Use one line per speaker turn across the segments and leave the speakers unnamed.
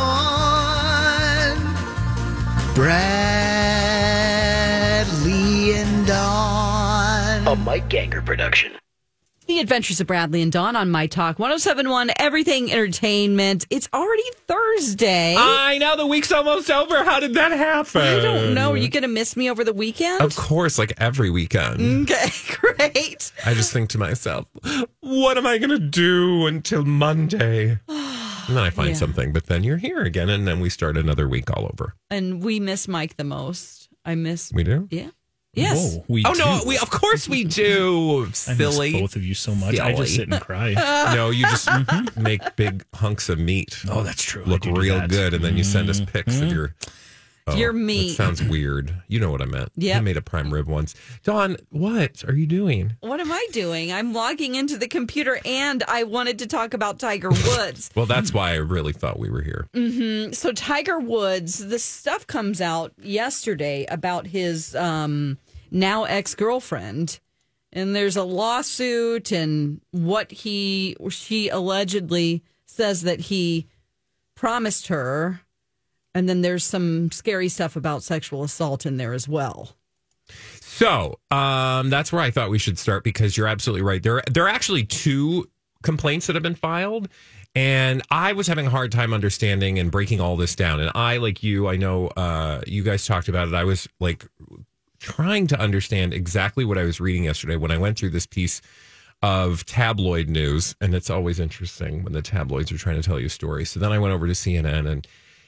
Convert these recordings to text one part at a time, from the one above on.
Bradley and Dawn.
A Mike Ganger production.
The Adventures of Bradley and Dawn on My Talk 1071 Everything Entertainment. It's already Thursday.
I know the week's almost over. How did that happen?
I don't know. Are you going to miss me over the weekend?
Of course, like every weekend.
Okay, great.
I just think to myself, what am I going to do until Monday? And then I find
Yeah.
something, but then you're here again, and then we start another week all over.
And we miss Mike the most. I miss.
We do?
Yeah. Yes.
Whoa, we
oh, no,
do.
we, of course we do.
I miss
Silly.
both of you so much. I
Silly.
just sit and cry.
No, you just make big hunks of meat
Mm-hmm. oh, that's true. I
look
do do
real
that. Mm-hmm.
good, and then you send us pics of your. Oh,
Your
that
meat.
sounds weird. You know what I meant.
Yep.
I made a prime rib once. Dawn, what are you doing?
What am I doing? I'm logging into the computer and I wanted to talk about Tiger Woods.
Well, that's why I really thought we were here.
so Tiger Woods, the stuff comes out yesterday about his um, now ex girlfriend, and there's a lawsuit and what he or she allegedly says that he promised her, and then there's some scary stuff about sexual assault in there as well.
So um, that's where I thought we should start because you're absolutely right. There, there are actually two complaints that have been filed, and I was having a hard time understanding and breaking all this down. And I, like you, I know uh, you guys talked about it. I was like trying to understand exactly what I was reading yesterday when I went through this piece of tabloid news, and it's always interesting when the tabloids are trying to tell you stories. So then I went over to CNN and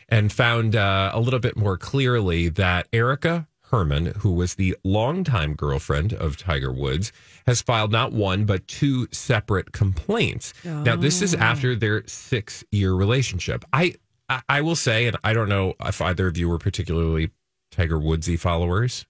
and found uh, a little bit more clearly that Erica Herman, who was the longtime girlfriend of Tiger Woods, has filed not one but two separate complaints. Now this is after their six year relationship. I, I I will say, and I don't know if either of you were particularly Tiger Woodsy followers.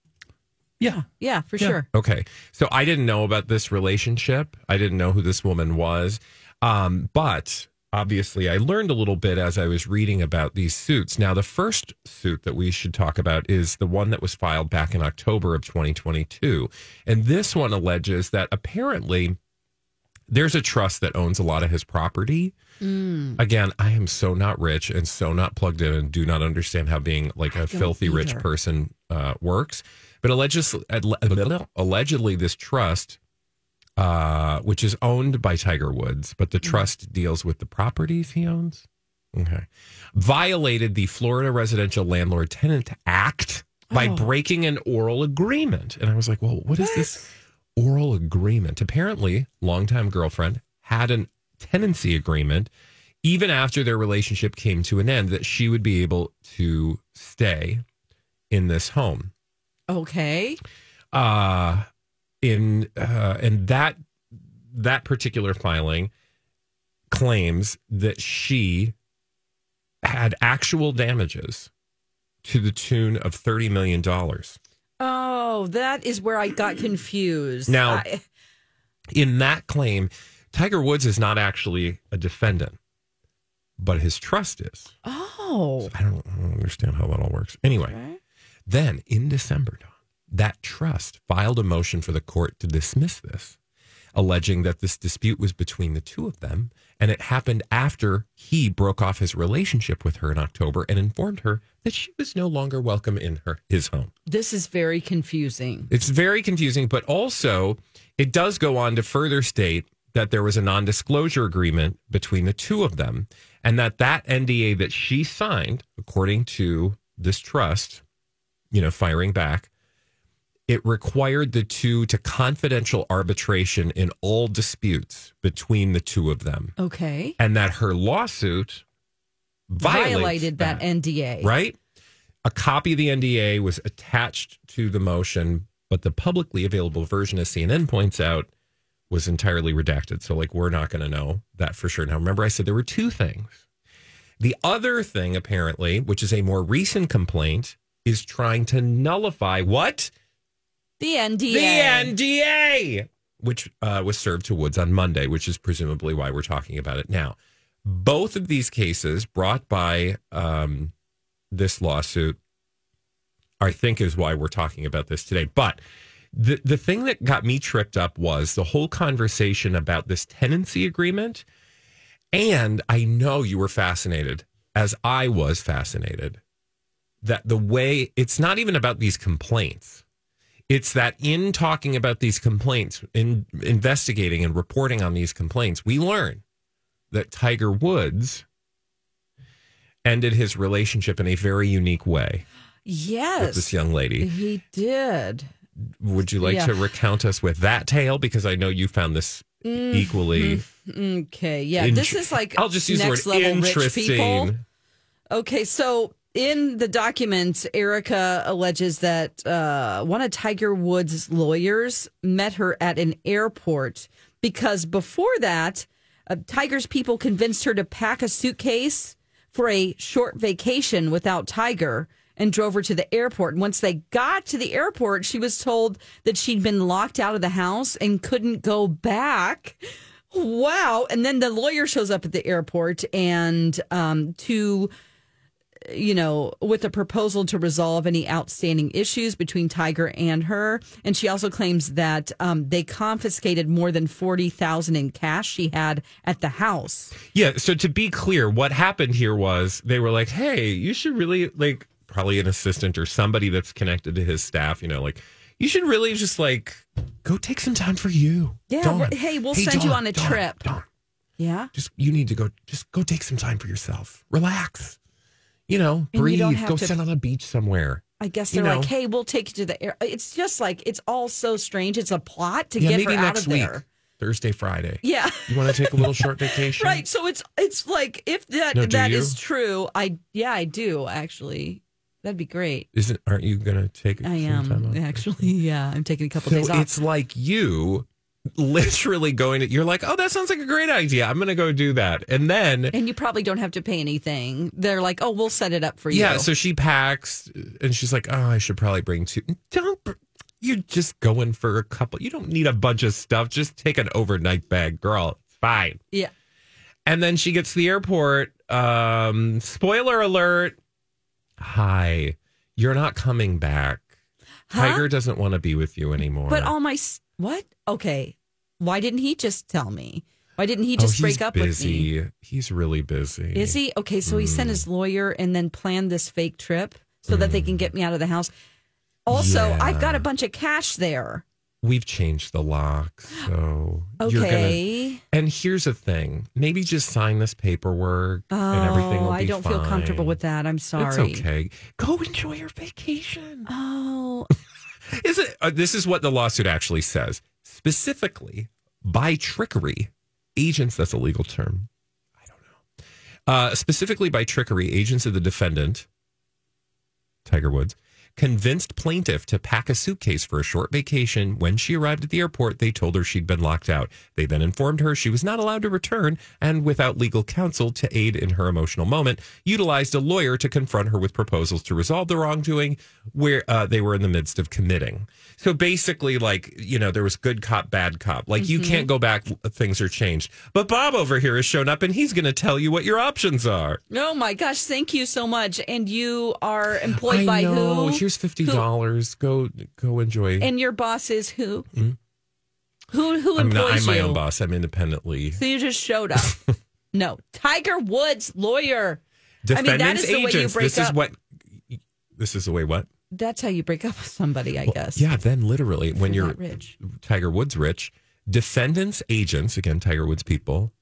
Yeah.
Yeah, for sure.
Okay. So I didn't know about this relationship. I didn't know who this woman was. Um, but obviously, I learned a little bit as I was reading about these suits. Now, the first suit that we should talk about is the one that was filed back in October of 2022. And this one alleges that apparently there's a trust that owns a lot of his property. Again, I am so not rich and so not plugged in and do not understand how being like a filthy rich
either.
person uh, works. But allegedly, allegedly this trust, uh, which is owned by Tiger Woods, but the trust deals with the properties he owns. Okay. Violated the Florida Residential Landlord Tenant Act by breaking an oral agreement. And I was like, well, what is this oral agreement? Apparently, longtime girlfriend had an tenancy agreement even after their relationship came to an end that she would be able to stay in this home
Okay.
uh in uh and that that particular filing claims that she had actual damages to the tune of 30 million dollars
Oh, that is where I got confused.
Now-
I-
in that claim tiger woods is not actually a defendant but his trust is
oh,
i don't, I don't understand how that all works anyway
Okay.
then in december Dawn, that trust filed a motion for the court to dismiss this alleging that this dispute was between the two of them and it happened after he broke off his relationship with her in October and informed her that she was no longer welcome in her his home.
this is very confusing.
It's very confusing, but also it does go on to further state that there was a non-disclosure agreement between the two of them and that that NDA that she signed according to this trust, you know, firing back it required the two to confidential arbitration in all disputes between the two of them,
Okay.
and that her lawsuit violates
Violated that, NDA.
right? A copy of the NDA was attached to the motion, but the publicly available version, as CNN points out, was entirely redacted. So, like, we're not going to know that for sure. Now, remember, I said there were two things. The other thing, apparently, which is a more recent complaint, is trying to nullify what?
The NDA.
The NDA, which uh, was served to Woods on Monday, which is presumably why we're talking about it now. Both of these cases brought by um, this lawsuit, I think, is why we're talking about this today. But the, the thing that got me tripped up was the whole conversation about this tenancy agreement. And I know you were fascinated, as I was fascinated, that the way it's not even about these complaints it's that in talking about these complaints, in investigating and reporting on these complaints, we learn that Tiger Woods ended his relationship in a very unique way with this
Yes,
young lady.
he did.
Would you like
Yeah.
to recount us with that tale? Because I know you found this equally.
Okay, Mm-hmm. yeah,
int-
this is like
I'll just use
next
the word
level rich people.
interesting.
Okay, so in the document, Erica alleges that uh, one of Tiger Woods' lawyers met her at an airport because before that, uh, Tiger's people convinced her to pack a suitcase for a short vacation without Tiger and drove her to the airport. And once they got to the airport, she was told that she'd been locked out of the house and couldn't go back. Wow. And then the lawyer shows up at the airport and um, to you know, with a proposal to resolve any outstanding issues between Tiger and her. And she also claims that um, they confiscated more than forty thousand in cash she had at the house.
Yeah. So to be clear, what happened here was they were like, "Hey, you should really like probably an assistant or somebody that's connected to his staff. You know, like you should really just like go take some time for you.
Yeah, we're- hey, we'll send you on a trip."
Dawn,
Yeah,
just you need to go. Just go take some time for yourself. Relax. You know,
And you
breathe.
don't have
go
to-
sit on a beach somewhere.
I guess
You
they're like,
know.
"Hey, we'll take you to the air." It's just like it's all so strange. It's a plot to
yeah,
get
maybe
her out
next
of
week,
there.
Thursday, Friday.
Yeah.
You want to take a little short vacation?
Right, so it's it's like if that
No,
that
do
is
you?
true, I yeah I do actually. That'd be great.
Isn't? Aren't you going to take?
I
some time off?
am actually yeah. I'm taking a couple days
so
off.
it's like you literally going to you're like oh that sounds like a great idea i'm gonna go do that and then
And you probably don't have to pay anything. They're like, oh, we'll set it up for you.
yeah so she packs and she's like oh i should probably bring two don't br- you're just going for a couple you don't need a bunch of stuff just take an overnight bag girl it's fine
yeah.
and then she gets to the airport um spoiler alert hi you're not coming back
Huh?
tiger doesn't want to be with you anymore
But all my s- what? Okay. Why didn't he just tell me? Why didn't he
Oh,
just break
he's
up with me?
busy. Hmm. He's really busy.
Is he okay? So he sent his lawyer and then planned this fake trip so that they can get me out of the house. Also,
Yeah.
I've got a bunch of cash there.
we've changed the lock, so you're gonna.
Okay.
And here's the thing: maybe just sign this paperwork, and everything
Oh,
will be
I don't feel comfortable with that. I'm sorry.
It's okay. Go enjoy your vacation.
Oh,
Is it? Uh, this is what the lawsuit actually says specifically by trickery. Agents, that's a legal term. I don't know. Uh, specifically by trickery, agents of the defendant, Tiger Woods, convinced plaintiff to pack a suitcase for a short vacation. When she arrived at the airport, they told her she'd been locked out. They then informed her she was not allowed to return and, without legal counsel to aid in her emotional moment, utilized a lawyer to confront her with proposals to resolve the wrongdoing where uh, they were in the midst of committing. So basically, like, you know, there was good cop, bad cop. Like,
Mm-hmm.
you can't go back, things are changed. But Bob over here has shown up and he's going to tell you what your options are.
oh my gosh! Thank you so much. And you are employed by
know.
who?
Here's fifty dollars. Go go enjoy.
And your boss is who? Who who
Hmm? I'm
employs
not. I'm my
you?
own boss. I'm independently.
So you just showed up. no, Tiger Woods lawyer. mean, that
Defendants
is the way you
agents.
break
this is
up.
what. This is the way. What?
That's how you break up with somebody, I guess.
Yeah. Then literally, when
You're
you're
not rich.
Tiger Woods rich, defendants agents again Tiger Woods people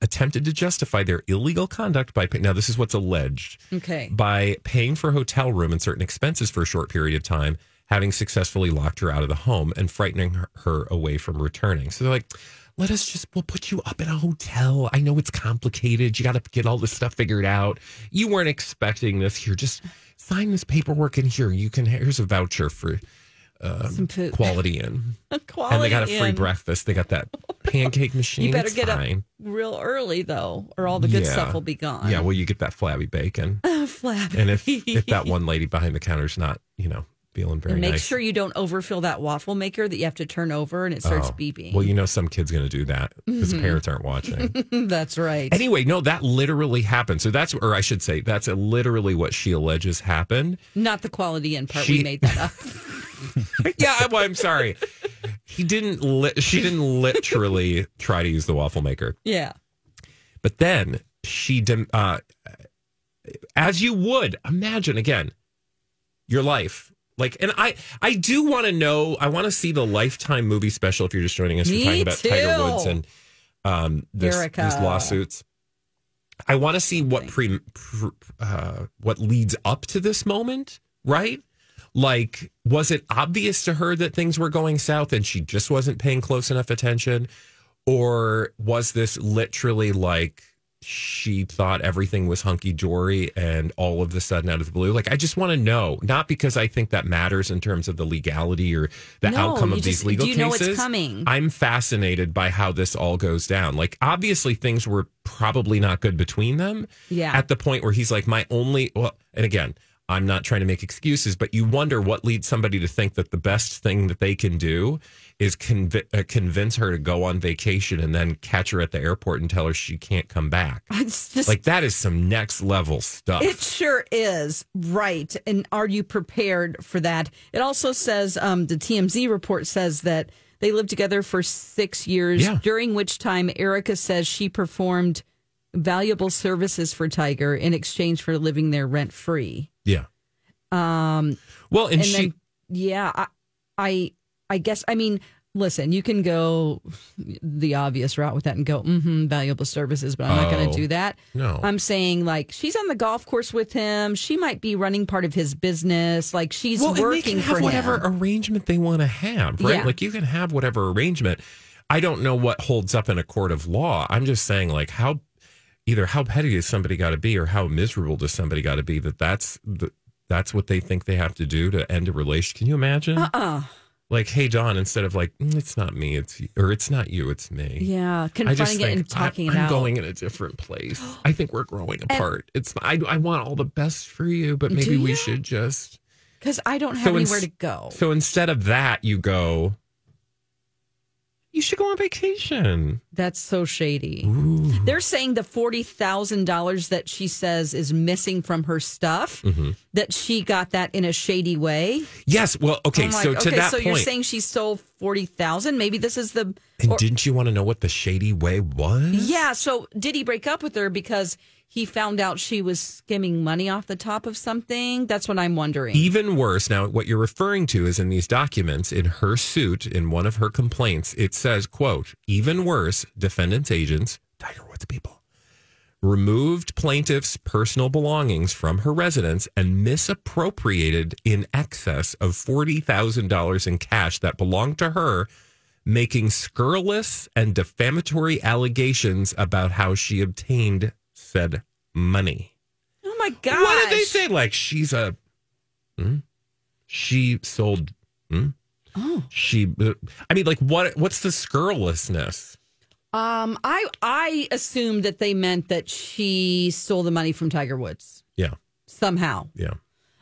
attempted to justify their illegal conduct by pay- now this is what's alleged.
Okay.
by paying for hotel room and certain expenses for a short period of time, having successfully locked her out of the home and frightening her- her away from returning. So they're like, let us just, we'll put you up in a hotel. I know it's complicated. You got to get all this stuff figured out. You weren't expecting this here. Just sign this paperwork in here. You can, here's a voucher for
Some food.
quality in.
Quality
and they got a free
Inn.
breakfast. They got that pancake machine.
You better
It's
get
fine.
up real early though, or all the good
Yeah.
stuff will be gone.
Yeah, well, you get that flabby bacon,
flabby.
and if if that one lady behind the counter's not, you know, feeling very
And make
nice,
sure you don't overfill that waffle maker that you have to turn over and it starts beeping.
Oh. well, you know, some kid's going to do that because parents aren't watching.
That's right.
Anyway, no, that literally happened. So that's, or I should say, that's literally what she alleges happened.
Not the quality in part.
She-
we made that up.
yeah, I, well, I'm sorry. He didn't. Li- she didn't literally try to use the waffle maker,
yeah.
but then she, dem- uh, as you would imagine, again, your life. Like, and I, I do want to know. I want to see the Lifetime movie special. If you're just joining us,
Me
we're talking about Tiger
too.
Woods and um, this,
Erica.
these lawsuits. I want to see what pre, pre uh, what leads up to this moment, right? Like, was it obvious to her that things were going south and she just wasn't paying close enough attention, or was this literally like she thought everything was hunky dory and all of the sudden out of the blue? Like, I just want to know, not because I think that matters in terms of the legality or the
No,
outcome
you
of these
just-
legal
you know it's
cases.
coming.
I'm fascinated by how this all goes down. Like, obviously, things were probably not good between them.
Yeah.
At the point where he's like, my only, well, and again, I'm not trying to make excuses, but you wonder what leads somebody to think that the best thing that they can do is convi- uh, convince her to go on vacation and then catch her at the airport and tell her she can't come back.
It's just
Like, that is some next level stuff.
It sure is. Right. And are you prepared for that? It also says um, the TMZ report says that they lived together for six years,
Yeah.
during which time Erica says she performed valuable services for Tiger in exchange for living there rent free.
yeah.
Um,
Well, and,
and
she,
then, yeah, I, I, I guess, I mean, listen, you can go the obvious route with that and go, mm-hmm, valuable services, but I'm not going
Oh.
to do that.
no.
I'm saying like she's on the golf course with him. She might be running part of his business. Like she's
well, and they
working
can
for
have whatever
him.
arrangement they want to have, right?
Yeah.
Like you can have whatever arrangement. I don't know what holds up in a court of law. I'm just saying, like how either how petty does somebody got to be, or how miserable does somebody got to be that that's the, that's what they think they have to do to end a relation. Can you imagine?
Uh,
Like, hey, Don, instead of like, "Mm, it's not me, it's you, or it's not you, it's me.
yeah,
I just
confronting it
think
and talking
I'm,
it
I'm
out.
going in a different place. I think we're growing apart. It's I, I want all the best for you, but maybe we
you?
should just
because I don't have
So ins-
anywhere to go.
so instead of that, you go, you should go on vacation.
That's so shady. They're saying the forty thousand dollars that she says is missing from her stuff
Mm-hmm.
that she got that in a shady way.
Yes. Well, okay.
I'm like,
so to
okay,
that
so you're
point,
saying she stole forty thousand? Maybe this is the
and
or-
didn't you want to know what the shady way was?
Yeah. So did he break up with her because he found out she was skimming money off the top of something? That's what I'm wondering.
Even worse, now what you're referring to is in these documents in her suit, in one of her complaints, it says, quote, even worse, defendant's agents, Tiger Woods people, removed plaintiff's personal belongings from her residence and misappropriated in excess of $40,000 in cash that belonged to her, making scurrilous and defamatory allegations about how she obtained said money.
oh my gosh.
What did they say? Like she's a, hmm? she sold. hmm?
Oh.
She, I mean, like what? What's the scurrilousness?
Um, I I assumed that they meant that she stole the money from Tiger Woods
Yeah,
somehow,
yeah.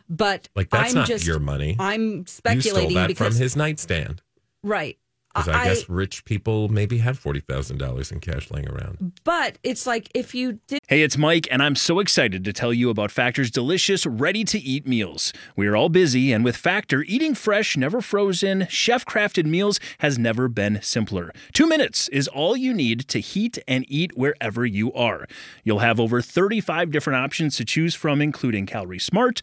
but
Like that's
I'm
not
just
your money.
I'm
you stole
speculating
that
because
from his nightstand.
right.
Because I, guess rich people maybe have forty thousand dollars in cash laying around.
but it's like if you did.
Hey, it's Mike, and I'm so excited to tell you about Factor's delicious, ready to eat meals. We are all busy, and with Factor, eating fresh, never frozen, chef crafted meals has never been simpler. Two minutes is all you need to heat and eat wherever you are. You'll have over 35 different options to choose from, including Calorie Smart,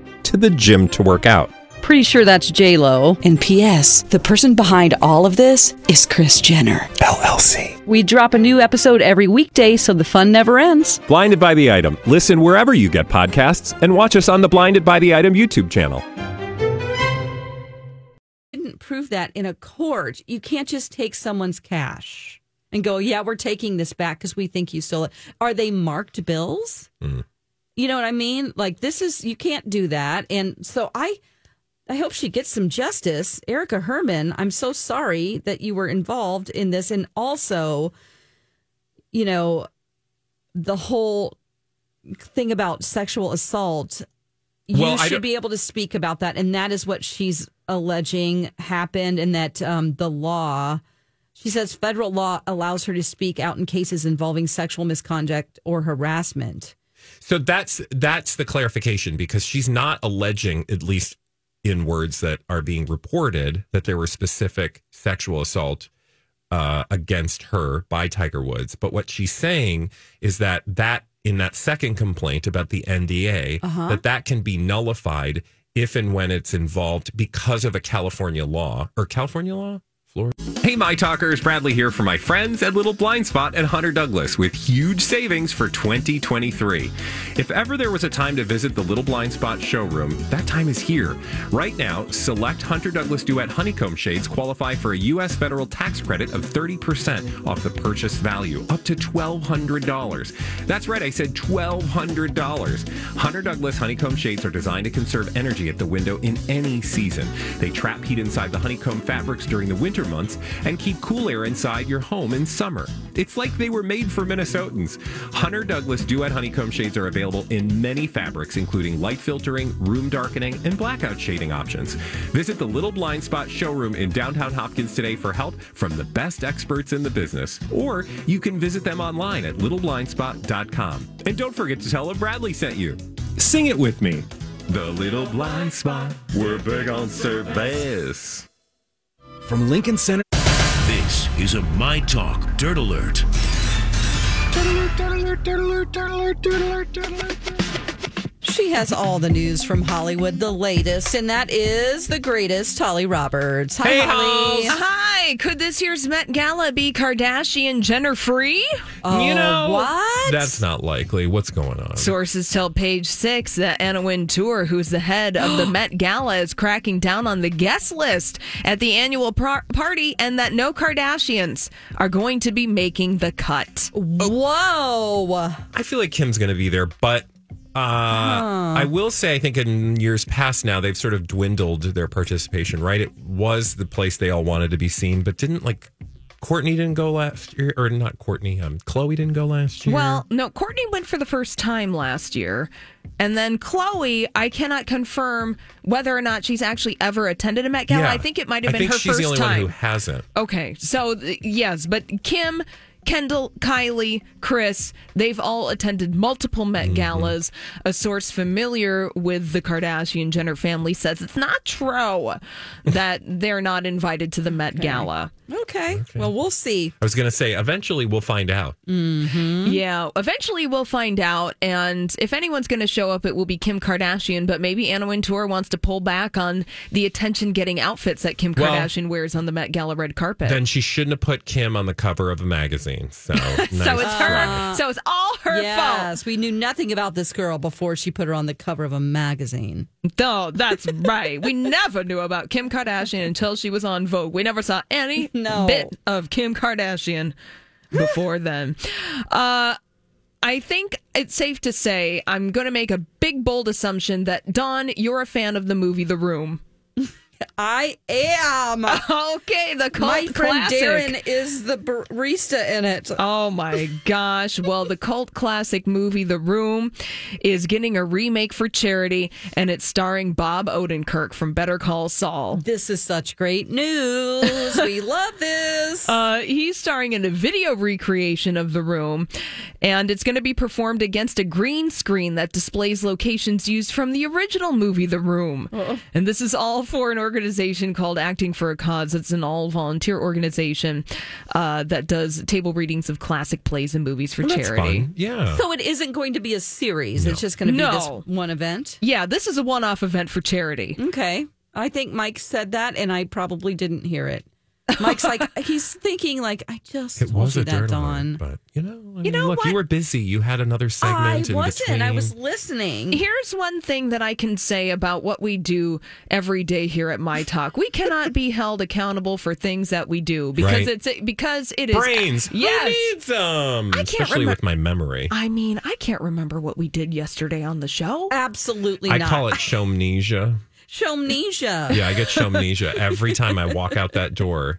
to the gym to work out.
Pretty sure that's J Lo.
And P.S. The person behind all of this is Chris Jenner
LLC.
We drop a new episode every weekday, so the fun never ends.
Blinded by the Item. Listen wherever you get podcasts and watch us on the Blinded by the Item YouTube channel.
Didn't prove that in a court. You can't just take someone's cash and go, "Yeah, we're taking this back because we think you stole it." Are they marked bills? You know what I mean? Like this is you can't do that. And so I, I hope she gets some justice, Erica Herman. I'm so sorry that you were involved in this, and also, you know, the whole thing about sexual assault. You
Well, I
should
don't-
be able to speak about that, and that is what she's alleging happened, and that um, the law. She says federal law allows her to speak out in cases involving sexual misconduct or harassment.
So that's that's the clarification because she's not alleging, at least in words that are being reported, that there were specific sexual assault uh, against her by Tiger Woods. But what she's saying is that that in that second complaint about the NDA, that that can be nullified if and when it's involved because of a California law or California law. Florida. Hey, my talkers, Bradley here for my friends at Little Blind Spot and Hunter Douglas with huge savings for 2023. If ever there was a time to visit the Little Blind Spot showroom, that time is here. Right now, select Hunter Douglas Duet Honeycomb Shades qualify for a U.S. federal tax credit of 30% off the purchase value, up to $1,200. That's right, I said $1,200. Hunter Douglas Honeycomb Shades are designed to conserve energy at the window in any season. They trap heat inside the honeycomb fabrics during the winter months and keep cool air inside your home in summer. It's like they were made for Minnesotans. Hunter Douglas Duet Honeycomb Shades are available in many fabrics, including light filtering, room darkening, and blackout shading options. Visit the Little Blind Spot showroom in downtown Hopkins today for help from the best experts in the business. Or you can visit them online at littleblindspot.com. And don't forget to tell them Bradley sent you. Sing it with me. The Little Blind Spot. We're big on service.
From Lincoln Center.
This is a My Talk Dirt Alert.
She has all the news from Hollywood, the latest, and that is the greatest Holly Roberts. Hi,
Hey,
Holly. Uh-huh.
Halls.
Hi, could this year's Met Gala be Kardashian Jenner free?
Oh,
You know,
what?
That's not likely. What's going on?
Sources tell Page Six that Anna Wintour, who's the head of the Met Gala, is cracking down on the guest list at the annual par- party, and that no Kardashians are going to be making the cut. Oh.
Whoa.
I feel like Kim's going to be there, but uh, I will say, I think in years past now, they've sort of dwindled their participation, right? It was the place they all wanted to be seen, but didn't like Courtney didn't go last year, or not Courtney, um, Chloe didn't go last year.
Well, no, Courtney went for the first time last year. And then Chloe, I cannot confirm whether or not she's actually ever attended a Met Gala.
Yeah.
I think it might have
I
been
think
her
she's
first
the only
time.
one who hasn't.
Okay. So, th- yes, but Kim, Kendall, Kylie, Chris, they've all attended multiple Met
Mm-hmm.
Galas. A source familiar with the Kardashian Jenner family says it's not true that they're not invited to the Met Gala.
Okay. Well, we'll see.
I was going to say, eventually we'll find out. Mm-hmm.
Yeah. Eventually, we'll find out. And if anyone's going to show up, it will be Kim Kardashian. But maybe Anna Wintour wants to pull back on the attention getting outfits that Kim
Well,
Kardashian wears on the Met Gala red carpet.
Then she shouldn't have put Kim on the cover of a magazine. So,
so
nice
it's
try.
her. So it's all her fault.
yes, we knew nothing about this girl before she put her on the cover of a magazine.
No, that's right. We never knew about Kim Kardashian until she was on Vogue. We never saw any
No.
bit of Kim Kardashian before then. Uh, I think it's safe to say I'm going to make a big bold assumption that Don, you're a fan of the movie The Room.
I am.
Okay, the cult
My friend
classic.
Darren is the barista in it.
Oh my gosh. Well, the cult classic movie The Room is getting a remake for charity, and it's starring Bob Odenkirk from Better Call Saul.
This is such great news. we love this.
Uh, he's starring in a video recreation of The Room, and it's going to be performed against a green screen that displays locations used from the original movie The Room. And this is all for an organization called Acting for a Cause. It's an all volunteer organization uh, that does table readings of classic plays and movies for
Well, that's
charity.
fun. Yeah.
so it isn't going to be a series. It's just going to be
No.
this one event.
Yeah, this is a one off event for charity.
Okay. I think Mike said that, and I probably didn't hear it. Mike's like he's thinking like I just
It
told
was
you
a
that,
dirt
Dawn.
alert, but you know, I mean,
know
look, you
what?
were busy. You had another segment.
I
in
wasn't.
Between.
I was listening.
Here's one thing that I can say about what we do every day here at My Talk. We cannot be held accountable for things that we do because
Right.
it's because it is
brains.
Yes.
Who needs them?
can't
Especially
remem-
with my memory.
I mean, I can't remember what we did yesterday on the show.
Absolutely
I
not.
call it shomnesia.
Shomnesia.
Yeah, I get shomnesia every time I walk out that door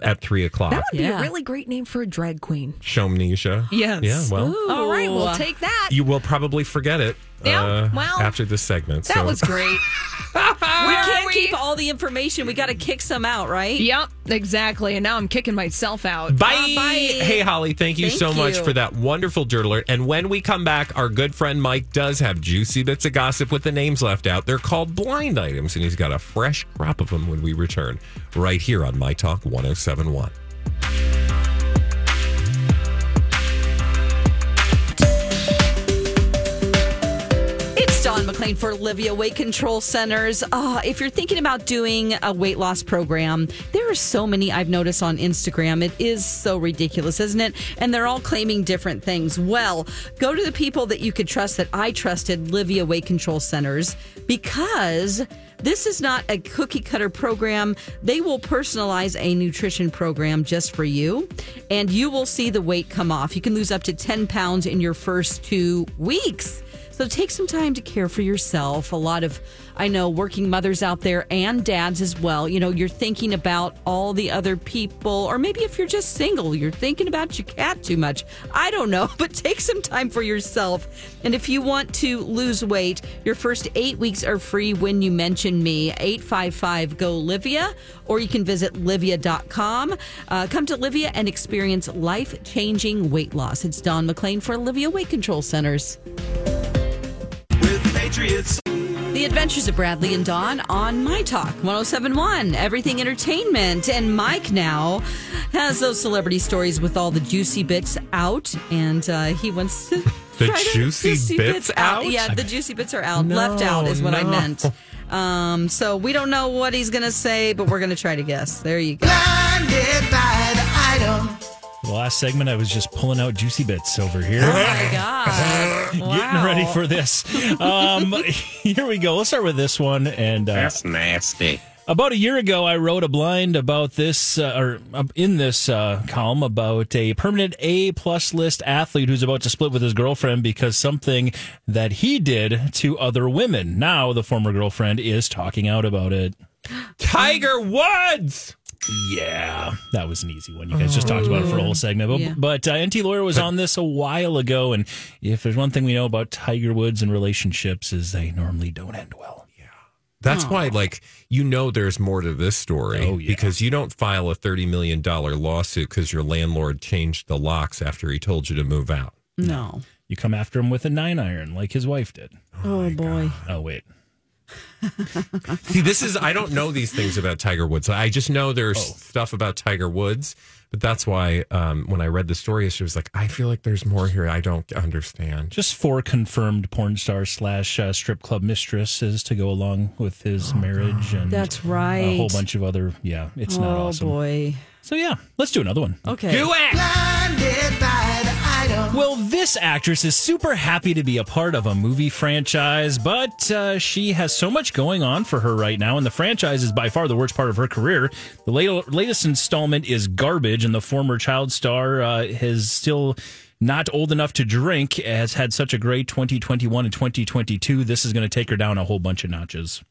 at three o'clock.
That'd be
Yeah.
a really great name for a drag queen.
Shomnesia.
Yes.
Yeah. Well,
All right, we'll
Ooh.
take that.
you will probably forget it.
Yeah,
uh,
well,
after this segment.
that
so.
was great.
We can't keep all the information. We got to kick some out, right?
Yep, exactly. And now I'm kicking myself out. Uh,
Bye.
Bye.
Hey, Holly, thank you
Thank
so much
you.
for that wonderful dirt alert. And when we come back, our good friend Mike does have juicy bits of gossip with the names left out. They're called blind items, and he's got a fresh crop of them when we return right here on My Talk 1071.
It's Dawn McLean for Olivia Weight Control Centers. Uh, if you're thinking about doing a weight loss program, there are so many I've noticed on Instagram. It is so ridiculous, isn't it? And they're all claiming different things. Well, go to the people that you could trust that I trusted, Livia Weight Control Centers, because this is not a cookie cutter program. They will personalize a nutrition program just for you, and you will see the weight come off. You can lose up to 10 pounds in your first two weeks. So take some time to care for yourself. A lot of, I know, working mothers out there and dads as well. You know, you're thinking about all the other people, or maybe if you're just single, you're thinking about your cat too much. I don't know, but take some time for yourself. And if you want to lose weight, your first eight weeks are free when you mention me, 855 GO Livia, or you can visit livia.com. Uh, come to Livia and experience life changing weight loss. It's Don McLean for Livia Weight Control Centers. The Adventures of Bradley and Dawn on My Talk 1071, Everything Entertainment. And Mike now has those celebrity stories with all the juicy bits out, and uh, he wants to.
The
try to-
juicy bits out?
Yeah, the juicy bits are out.
No,
Left out is what I
no.
meant. Um, so we don't know what he's going to say, but we're going to try to guess. There you go.
Blinded by the item.
The last segment, I was just pulling out juicy bits over here.
Oh my God. Wow.
Getting ready for this. Um, here we go. Let's start with this one. And uh, that's nasty. About a year ago, I wrote a blind about this, uh, or uh, in this uh, column about a permanent A plus list athlete who's about to split with his girlfriend because something that he did to other women. Now the former girlfriend is talking out about it.
Tiger Woods!
Yeah, that was an easy one. You guys just talked about it for a whole segment, but,
Mm. Yeah.
but uh, NT Lawyer was on this a while ago, and if there's one thing we know about Tiger Woods and relationships is they normally don't end well.
That's why, like, you know, there's more to this story
Oh, yeah.
because you don't file a $30 million lawsuit because your landlord changed the locks after he told you to move out.
No.
You come after him with a nine iron, like his wife did.
Oh, boy.
Oh wait,
See, this is I don't know these things about Tiger Woods. I just know there's stuff about Tiger Woods, but that's why um, when I read the story, she was like, "I feel like there's more here. I don't understand."
just four confirmed porn star slash uh, strip club mistresses to go along with his marriage, and
That's
a whole
right.
bunch of other. Yeah, it's
oh,
not awesome.
boy.
So yeah, let's do another one.
Okay.
Do it.
Blinded by the item.
Well, this actress is super happy to be a part of a movie franchise, but uh, she has so much going on for her right now, and the franchise is by far the worst part of her career. The late, latest installment is garbage, and the former child star uh, is still not old enough to drink, has had such a great 2021 and 2022. This is going to take her down a whole bunch of notches.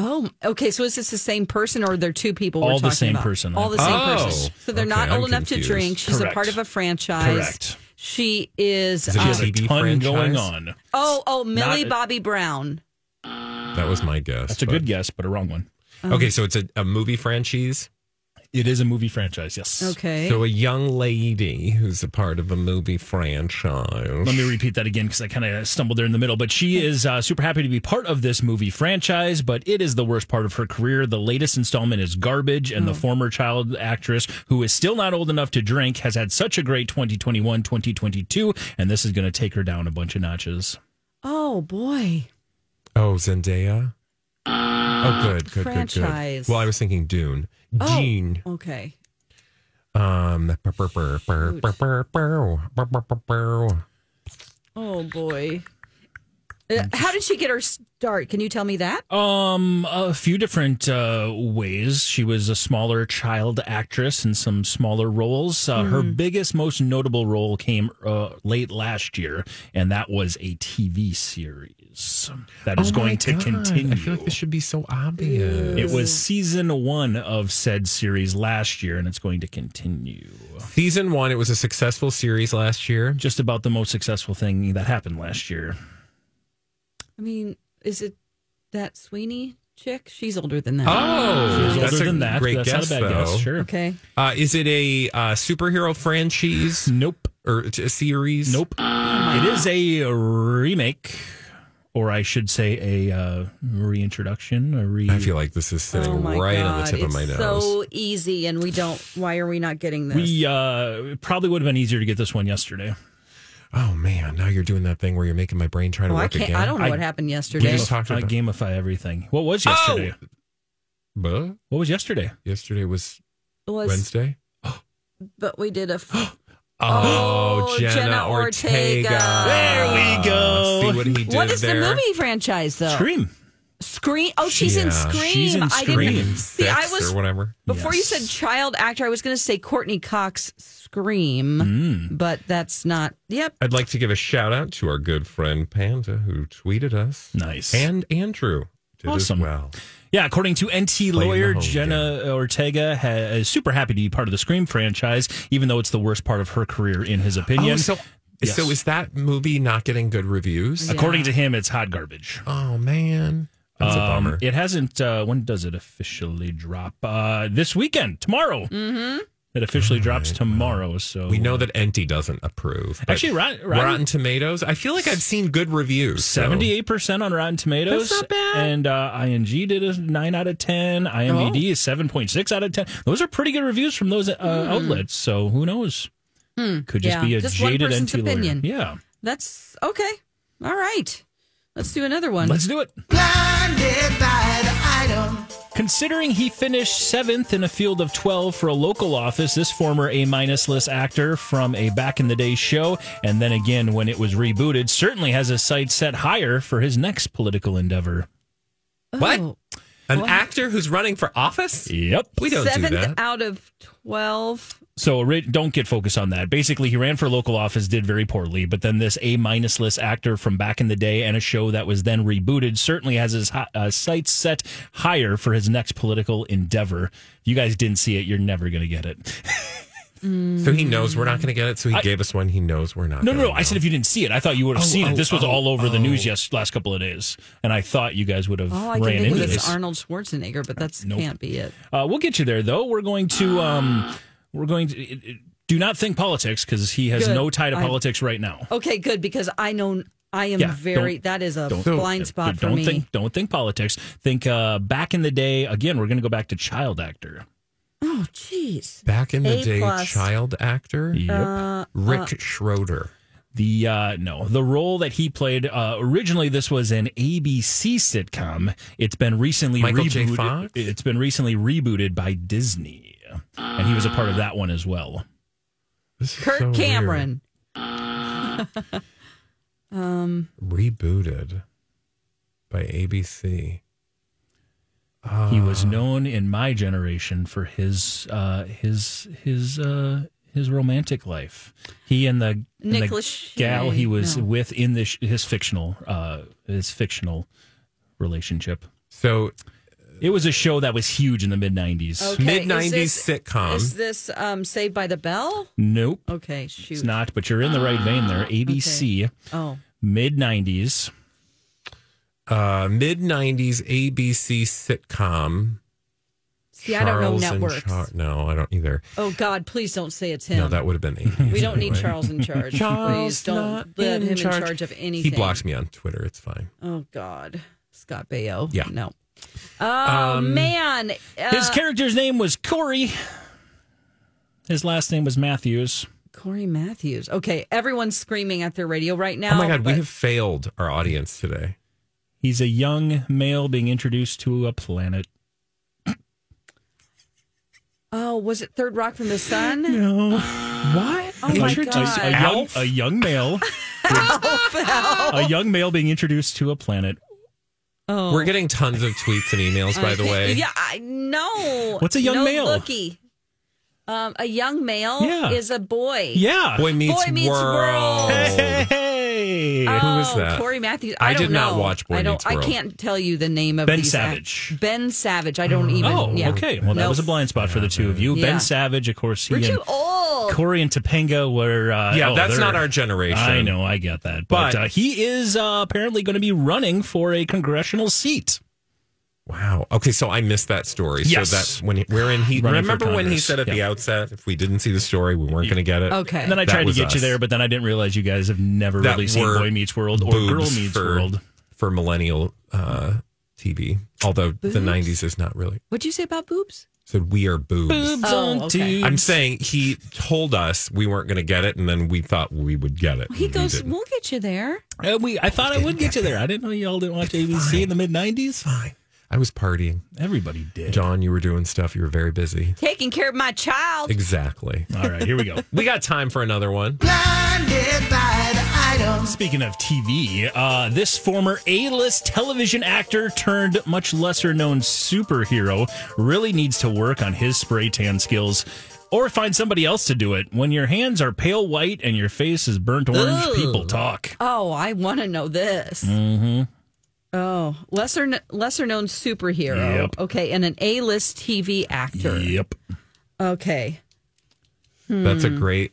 Oh, okay. So is this the same person, or they're two people? we're
All the
talking
same
about?
person, I
All the same
think. Oh,
person. So they're
okay,
not
I'm
old enough
confused.
to drink. She's
Correct.
a part of a franchise.
Correct.
She is.
it
uh,
just-
There's a
TV
ton
franchise?
going on.
oh, oh, Millie
a-
Bobby Brown.
That was my guess.
That's a
but-
good guess, but a wrong one.
Okay, so it's a, a movie franchise.
It is a movie franchise. Yes.
Okay.
So a young lady who's a part of a movie franchise.
Let me repeat that again because I kind of stumbled there in the middle. But she is uh, super happy to be part of this movie franchise, but it is the worst part of her career. The latest installment is garbage, and the former child actress, who is still not old enough to drink, has had such a great 2021, 2022, and this is going to take her down a bunch of notches.
oh boy.
Oh, Zendaya. Oh, good, good, good,
Franchise.
good. Well, I was thinking Dune.
Oh.
Gene.
Okay.
Um. burr, burr, burr, burr, burr, burr, burr, burr, burr, burr, burr.
Oh boy. Uh, How did she get her start? Can you tell me that?
Oh.
Um, a few different uh, ways. She was a smaller child actress in some smaller roles. Uh, Her
Mm-hmm.
biggest, most notable role came uh, late last year, and that was a TV series that is
Oh, my
going to
God.
continue.
I feel like this should be so obvious.
it was season one of said series last year, and it's going to continue.
Season one, it was a successful series last year.
Just about the most successful thing that happened last year.
I mean, is it that Sweeney chick? She's older than that.
Oh,
She was
that's
older
a
than that.
great
That's
guess,
not a bad
though.
guess. Sure.
Okay.
Uh, is it a uh, superhero franchise
Nope.
or a series?
Nope. It is a remake, or I should say a uh, reintroduction. A re-
I feel like this is sitting
Oh my
right
God.
on the tip
it's
of my nose.
so easy, and we don't. Why are we not getting this?
we uh, it probably would have been easier to get this one yesterday.
oh man, now you're doing that thing where you're making my brain try to
oh, I
work
can't.
again.
I don't know
I-
what happened
We
yesterday.
just talked
I
about- Oh!
gamify everything. What was yesterday?
But
What was yesterday?
yesterday was
It was-
Wednesday.
but we did a. F-
Oh,
Oh,
Jenna,
Jenna
Ortega.
Ortega. There
we go.
See what he did
what is
there?
the movie franchise though?
Scream.
Scream. Oh, she's in
Yeah,
Scream.
she's in
I
Scream.
didn't.
See,
I was-
or whatever.
Before
Yes.
you said child actor, I was going to say Courtney Cox Scream,
Mm.
but that's not. Yep.
I'd like to give a shout out to our good friend Panda who tweeted us.
Nice.
And Andrew did
Awesome.
as well.
Yeah, according to NT
Playing
lawyer
the whole
Jenna Ortega, ha- is super happy to be part of the Scream franchise, even though it's the worst part of her career, in his opinion.
Oh, so,
Yes.
so is that movie not getting good reviews?
according to him, it's hot garbage.
Oh man, that's a
Um,
bummer.
It hasn't. Uh, when does it officially drop? Uh, this weekend, tomorrow. Mm-hmm. It officially drops tomorrow. So
we know that Enti doesn't approve. but
Actually, Rot-
Rotten,
Rotten-
Tomatoes. I feel like I've seen good reviews. so-
seventy-eight percent on Rotten Tomatoes.
That's not bad.
And uh, ING did a nine out of ten. IMDb
Oh.
is seven point six out of ten. Those are pretty good reviews from those uh, outlets. So who knows? Could just
Hmm. yeah.
be a
Just one
jaded
person's
NT lawyer.
opinion.
Yeah,
That's okay. All right. Let's do another one.
let's do it.
Blinded by the item.
Considering he finished seventh in a field of 12 for a local office, this former A minus list actor from a back in the day show, and then again when it was rebooted, certainly has his sights set higher for his next political endeavor.
What?
Oh.
An actor who's running for office?
Yep.
We don't
Seventh
do that.
out of 12.
So ri- don't get focused on that. Basically, he ran for local office, did very poorly, but then this A minus list actor from back in the day and a show that was then rebooted certainly has his hi- uh, sights set higher for his next political endeavor. If you guys didn't see it, you're never going to get it.
So he knows we're not going to get it. So he gave us one. He knows we're not.
No, no,
gonna
no. I
know.
said if you didn't see it, I thought you would have
Oh,
seen
oh,
it. This was
oh,
all over the
oh.
news yes last couple of days, and I thought you guys would have
Oh, I
ran
can think
into
of
this.
this Arnold Schwarzenegger, but that's can't be it.
Uh, we'll get you there though. We're going to um, we're going to it, it, do not think politics because he has
Good.
no tie to
I-
politics right now.
Okay, good because I know I am
Yeah,
very
don't-
that is a
don't-
blind spot
But
for
don't
me.
think don't think politics. Think uh, back in the day. Again, we're going to go back to child actor.
oh, jeez.
back in the
A
day,
plus.
child actor
Uh,
Rick Schroeder.
The uh, no, the role that he played uh, originally. This was an ABC sitcom. It's been recently
Michael J.
rebooted.
Fox?
It's been recently rebooted by Disney, and he was a part of that one as well.
This is
Kurt
so
Cameron.
weird. rebooted by ABC.
he was
Ah.
known in my generation for his uh, his his uh, his romantic life. He and the, and the
Nicolas
gal
Shea,
he was
no.
with in this his fictional uh, his fictional relationship.
So
It was a show that was huge in the mid 90s.
Okay,
Mid
is
nineties
this-
sitcom.
Is this um, Saved by the Bell?
Nope.
Okay, shoot.
It's not, but you're in the right vein
Ah,
there. ABC,
Oh,
mid 90s.
uh, Mid nineties ABC sitcom.
see, I don't know
Charles in
networks.
Char- no, I don't either.
oh God, please don't say it's him.
No, that would have been. 80s
we don't need
anyway.
Charles in charge. please
Charles not
don't let
in
him
charge.
in charge of
He
anything.
blocks me on Twitter. It's fine.
Oh God, Scott Baio.
Yeah. Um,
No. Oh man. Uh,
His character's name was Corey. His last name was Matthews.
Corey Matthews. Okay, everyone's screaming at their radio right now.
Oh my God, we
but-
have failed our audience today.
He's a young male being introduced to a planet.
Oh, was it Third Rock from the Sun?
What?
Oh my
a,
God.
young,
Alf?
a young male. a young male being introduced to a planet.
Oh.
We're getting tons of tweets and emails, by the way.
Yeah, I know.
What's a young
no
male?
Looky. Um, a young male
Yeah.
is a boy.
Yeah.
Boy Oh. Meets,
Boy Meets
World.
World.
Hey.
Oh,
is that?
Corey Matthews. I,
I
don't
did not
know.
watch Boy
I don't.
Meets
I
World.
can't tell you the name of
Ben
these act-
Savage.
ben Savage. I don't even.
Oh,
yeah.
okay. Well, that
Nope.
was a blind spot for the two of you.
Yeah.
Ben Savage, of course, he
We're
and
too old.
Corey and Topanga were. Uh,
Yeah,
oh,
that's
they're-
not our generation.
I know, I get that. But,
But-
uh, he is uh, apparently going to be running for a congressional seat.
Wow. Okay, so I missed that story.
Yes.
So that's when he, wherein he
Running for
remember when he
Congress.
said at the
Yeah.
outset, if we didn't see the story, we weren't going to get it.
Okay.
And then I
That
tried to
was
get you
us.
there, but then I didn't realize you guys have never
That
really seen
were
Boy Meets World or
boobs
Girl Meets
for,
World.
for millennial uh, TV. Although the '90s is not really.
What'd you say about boobs?
Said we are boobs.
Oh, okay.
I'm saying he told us we weren't going to get it, and then we thought we would get it.
He
and we
goes.
didn't.
We'll get you there.
Uh, we, I thought I would get you there. I didn't know y'all didn't watch ABC in the mid 90s.
Fine. I was partying.
Everybody did.
John, you were doing stuff. You were very busy.
Taking care of my child.
Exactly.
All right, here we go.
We got time for another one.
Blinded by the items.
Speaking of TV, uh, this former A list television actor turned much lesser known superhero really needs to work on his spray tan skills or find somebody else to do it. When your hands are pale white and your face is burnt orange,
Ugh.
people talk.
Oh, I want to know this. Oh, lesser kn- lesser known superhero.
Yep.
Okay, and an A list TV actor.
Yep.
Okay.
That's a great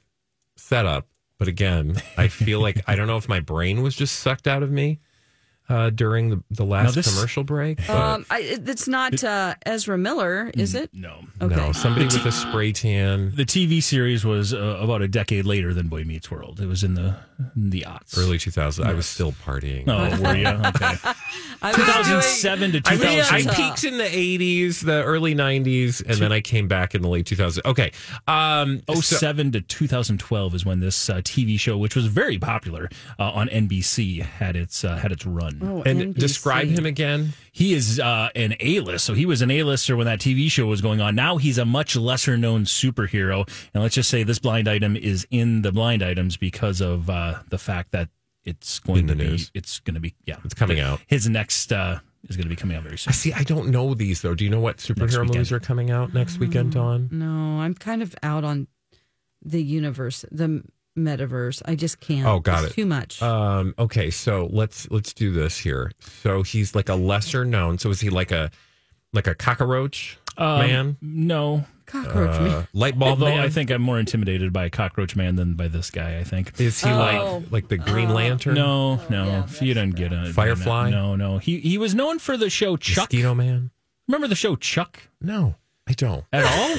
setup. But again, I feel like I don't know if my brain was just sucked out of me uh, during the, the last
this- Oh,
commercial break. But
Um, I, it- it's not uh, Ezra Miller, is it?
No.
Okay.
no, somebody with a spray tan,
The TV series was uh, about a decade later than Boy Meets World. It was in the in the aughts.
early 2000. I was still partying.
Oh, were you? Okay.
I was doing-
2007 to
I, mean,
2000.
I peaked in the 80s, the early 90s, and then I came back in the late 2000s. Okay. Um, so-
07 to 2012 is when this uh, TV show, which was very popular uh, on NBC, had its uh, had its run.
Oh,
and
NBC.
describe him again.
He is uh, an A-list, so he was an A-lister when that TV show was going on. Now he's a much lesser known superhero, and let's just say this blind item is in the blind items because of uh, the fact that it's going
In the
to be,
news.
It's going to be yeah,
It's coming out.
His next uh, is going to be coming out very soon.
See, I don't know these though. Do you know what superhero
weekend. Mm.
movies are coming out next weekend, Dawn?
No, I'm kind of out on the universe, the metaverse. I just can't.
Oh, got
It's
it.
Too much.
Um, okay, so let's let's do this here. So he's like a lesser known. So is he like a like a cockroach
Um,
man?
No,
Cockroach man.
Uh, light bulb
although
man?
I think I'm more intimidated by Cockroach Man than by this guy. I think.
is he
Oh.
like like the Green Lantern?
No, no, you don't get it.
Firefly?
No, no. He he was known for the show Chuck.
Mosquito man?
Remember the show Chuck
No, I don't.
at all?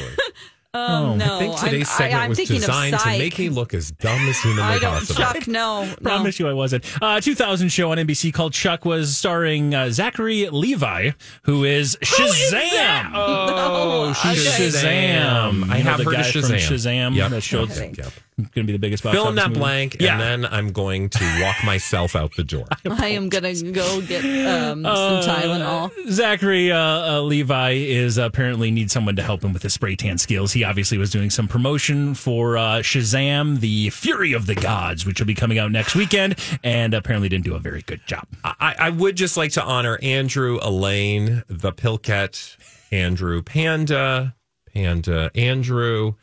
Oh, no.
I think today's
I'm,
segment
I, am
was
thinking
designed
of
to
psych.
make me look as dumb as humanly
I don't,
possible.
Chuck, no. no.
Promise you, I wasn't. Uh, 2000 show on NBC called Chuck was starring uh, Zachary Levi, who is Shazam.
Oh,
Shazam!
I
You know
have
the
heard
guy
of
from
Shazam.
Shazam
Yep.
that showed-
Yep. Yep.
Going to be the biggest box
Fill in
office
that
movie.
blank,
Yeah.
and then I'm going to walk myself out the door.
I am going to go get um, some Tylenol.
Uh, Zachary uh, uh, Levi is apparently needs someone to help him with his spray tan skills. He obviously was doing some promotion for uh, Shazam: The Fury of the Gods, which will be coming out next weekend, and apparently didn't do a very good job.
I, I would just like to honor Andrew, Elaine, the Pilcat, Andrew, Panda, Panda, Andrew,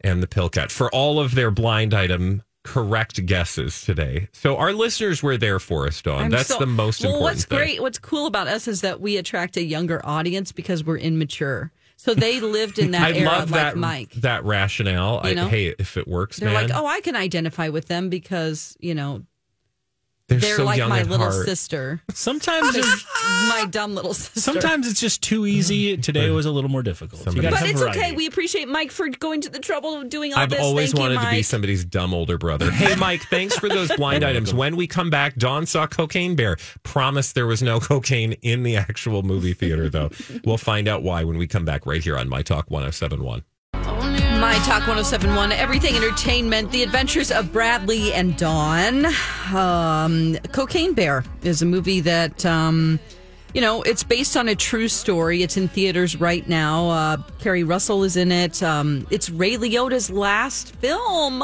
and the Pilcat for all of their blind item correct guesses today. So our listeners were there for us, Dawn.
I'm
That's
so-
the most
well,
important
What's
thing.
great, what's cool about us is that we attract a younger audience because we're immature. So they lived in that
I
era,
love
like
that
Mike.
that rationale.
You
I,
know?
hey, if it works,
They're
man.
like, oh, I can identify with them because you know
they're,
they're
so
like
young
my
at
little
heart.
sister,
Sometimes, it's,
my dumb little sister.
sometimes it's just too easy. Today was a little more difficult. You
Mm-hmm. Somebody-
gotta
but
have
it's okay.
variety.
We appreciate Mike for going to the trouble of doing all
I've
this.
always
Thank
wanted
you,
to be
Mike.
somebody's dumb older brother. Hey, Mike, thanks for those blind items. When we come back, Dawn saw Cocaine Bear. Promise there was no cocaine in the actual movie theater, though. we'll find out why when we come back right here on My Talk 1071.
My Talk 1071, Everything Entertainment, The Adventures of Bradley and Dawn. Um, Cocaine Bear is a movie that, um, you know, it's based on a true story. It's in theaters right now. Uh, Carrie Russell is in it. Um, it's Ray Liotta's last film.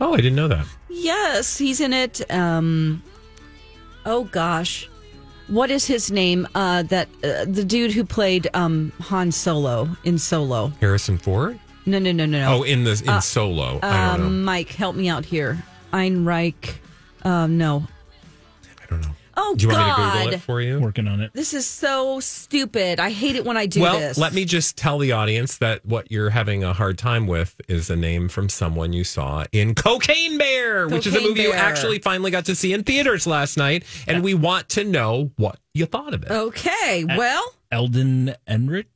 Oh, I didn't know that.
Yes, he's in it. Um, oh, gosh. What is his name? Uh, that uh, The dude who played um, Han Solo in Solo.
Harrison Ford?
No, no, no, no, no.
Oh, in the in solo. I don't know.
Uh, Um, Mike, help me out here. Einreich. Um, no.
I don't know.
Oh,
Do you
God.
want me to Google it for you?
working on it.
This is so stupid. I hate it when I do
well,
this.
let me just tell the audience that what you're having a hard time with is a name from someone you saw in Cocaine Bear, which is a
Cocaine
movie you
Bear.
actually finally got to see in theaters last night. And we want to know what you thought of it.
Oh, Okay.
Uh,
Well,
Eldon Enrich,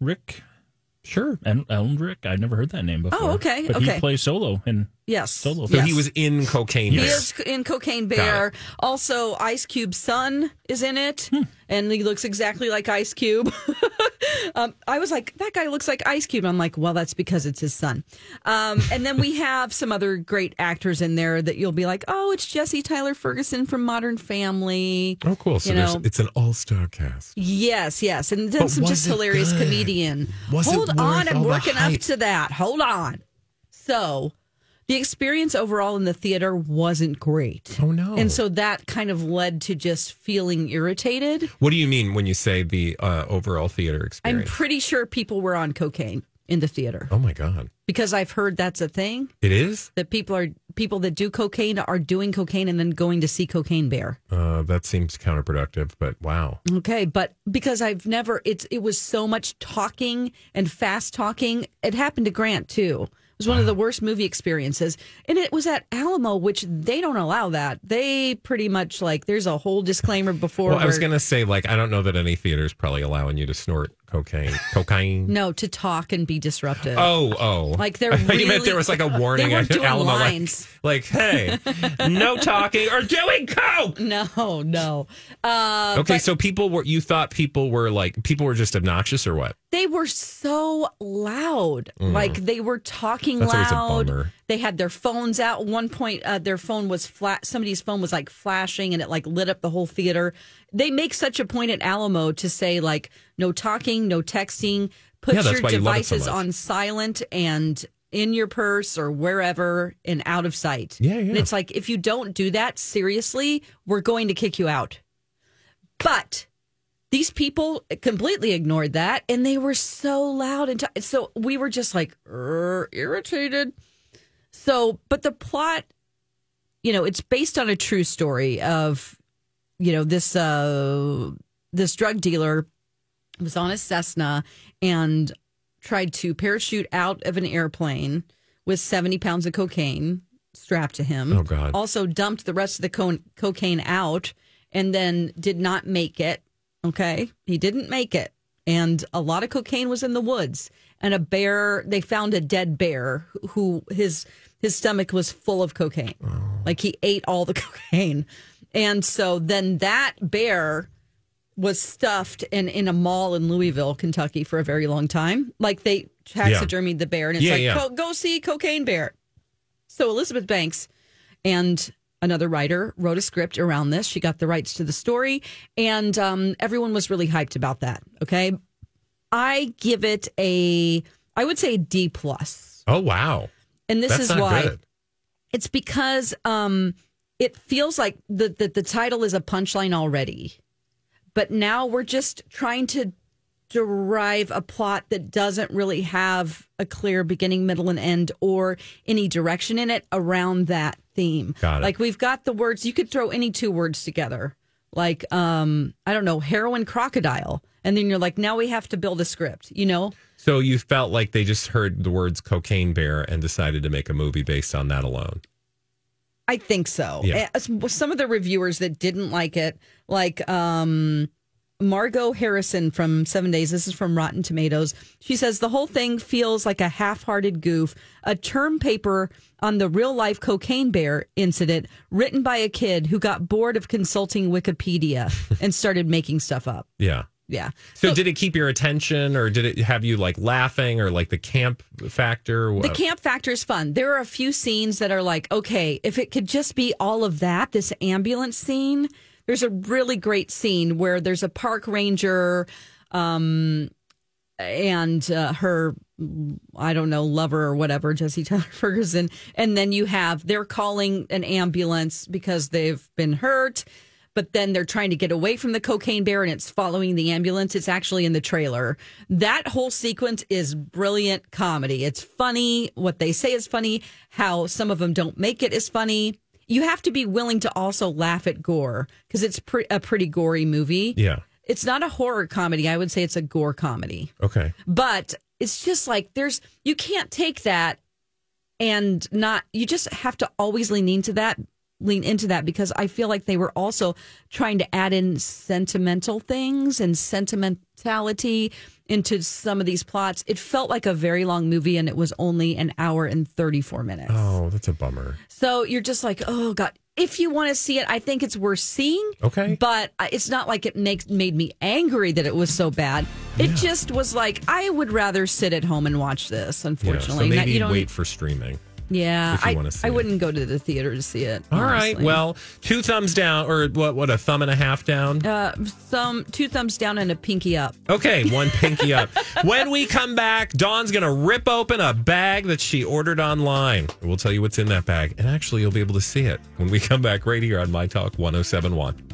Rick
sure.
En- Elnrick. I've never heard that name before.
Oh, okay,
But
okay.
he plays solo in
yes.
Solo.
So
yes.
he was in Cocaine
He
Bear.
is in Cocaine Bear. Also, Ice Cube's son is in it,
Hmm.
and he looks exactly like Ice Cube. um, I was like, that guy looks like Ice Cube. I'm like, well, that's because it's his son. Um, and then we have some other great actors in there that you'll be like, oh, it's Jesse Tyler Ferguson from Modern Family.
Oh, cool. So
You
there's,
know.
it's an all star cast.
Yes, yes, and then
But
some
was
just
it
hilarious
good?
comedian.
Was it
Hold
worth
on, I'm
all the
working up
hype?
to that. Hold on. So, the experience overall in the theater wasn't great.
Oh, no.
And so that kind of led to just feeling irritated.
What do you mean when you say the uh, overall theater
I'm
experience?
pretty sure people were on cocaine in the theater
oh, my God.
because I've heard that's a thing
It is?
that people are people that do cocaine are doing cocaine and then going to see Cocaine Bear.
Uh, that seems counterproductive, but wow.
Okay, but because I've never it's it was so much talking and fast talking. It happened to Grant too. It was one of the worst movie experiences. And it was at Alamo, which they don't allow that. They pretty much like there's a whole disclaimer before
Well, I was
where-
going to say, like, I don't know that any theater's probably allowing you to snort cocaine. Cocaine.
no to talk and be disruptive.
Oh, oh.
Like, they're
I thought you meant
really-
there was like a warning
They were
at
doing
Alamo, like-
lines.
Like, hey, no talking or doing coke.
No, no. Uh,
Okay, so people were you thought people were like people were just obnoxious or what?
they were so loud. Like they were talking
Mm. That's always a
loud.
bummer.
They had their phones out. At one point, uh, their phone was flat. Somebody's phone was like flashing, and it like lit up the whole theater. They make such a point at Alamo to say like no talking, no texting. Put
Yeah, that's
your
why you love it so
devices
much.
on silent and in your purse or wherever and out of sight.
Yeah, yeah.
And it's like if you don't do that seriously, we're going to kick you out. But these people completely ignored that and they were so loud and t- so we were just like "Er, irritated so but the plot you know it's based on a true story of you know this uh this drug dealer was on a cessna and tried to parachute out of an airplane with 70 pounds of cocaine strapped to him
Oh, God.
also dumped the rest of the co- cocaine out and then did not make it Okay. He didn't make it. And a lot of cocaine was in the woods. And a bear, they found a dead bear who his his stomach was full of cocaine. Like he ate all the cocaine. And so then that bear was stuffed in, in a mall in Louisville, Kentucky for a very long time. Like they taxidermied the bear and it's
Yeah,
like
yeah.
"Co- go see cocaine bear. So Elizabeth Banks and another writer wrote a script around this. She got the rights to the story, and um, everyone was really hyped about that. Okay, I give it a, I would say a D plus,
Oh wow.
and this
That's
is
not
why
good.
it's because um, it feels like the, the the title is a punchline already, but now we're just trying to derive a plot that doesn't really have a clear beginning, middle, and end or any direction in it around that theme.
Got it.
Like we've got the words, you could throw any two words together. Like um, I don't know, heroin crocodile. And then you're like, now we have to build a script, you know?
So you felt like they just heard the words cocaine bear and decided to make a movie based on that alone.
I think so.
Yeah.
As- Some of the reviewers that didn't like it, like um, Margot Harrison from Seven Days, this is from Rotten Tomatoes. She says the whole thing feels like a half hearted goof, a term paper on the real life cocaine bear incident written by a kid who got bored of consulting Wikipedia and started making stuff up.
Yeah.
Yeah.
So, did it keep your attention or did it have you like laughing or like the camp factor?
The camp factor is fun. There are a few scenes that are like, okay, if it could just be all of that, this ambulance scene. There's a really great scene where there's a park ranger um, and uh, her, I don't know, lover or whatever, Jesse Tyler Ferguson. And then you have, they're calling an ambulance because they've been hurt. But then they're trying to get away from the cocaine bear and it's following the ambulance. It's actually in the trailer. That whole sequence is brilliant comedy. It's funny. What they say is funny. How some of them don't make it is funny. You have to be willing to also laugh at gore because it's pre- a pretty gory movie.
Yeah.
It's not a horror comedy. I would say it's a gore comedy.
Okay.
But it's just like there's you can't take that and not you just have to always lean into that lean into that because I feel like they were also trying to add in sentimental things and sentimentality into some of these plots. It felt like a very long movie and it was only an hour and 34 minutes.
Oh, that's a bummer.
So you're just like, oh god. If you want to see it, I think it's worth seeing.
Okay.
but I- it's not like it makes made me angry that it was so bad. It just was like I would rather sit at home and watch this.
Yeah.
Unfortunately,
So
Not-
maybe
you don't- e
wait for streaming.
Yeah,
if you
I,
wanna see
I
it.
wouldn't go to the theater to see it.
All right.
honestly.
Well, two thumbs down or what? What a thumb and a half down.
uh, thumb two thumbs down and a pinky up.
Okay, one pinky up. When we come back, Dawn's going to rip open a bag that she ordered online. We'll tell you what's in that bag, and actually, you'll be able to see it when we come back right here on My Talk 1071.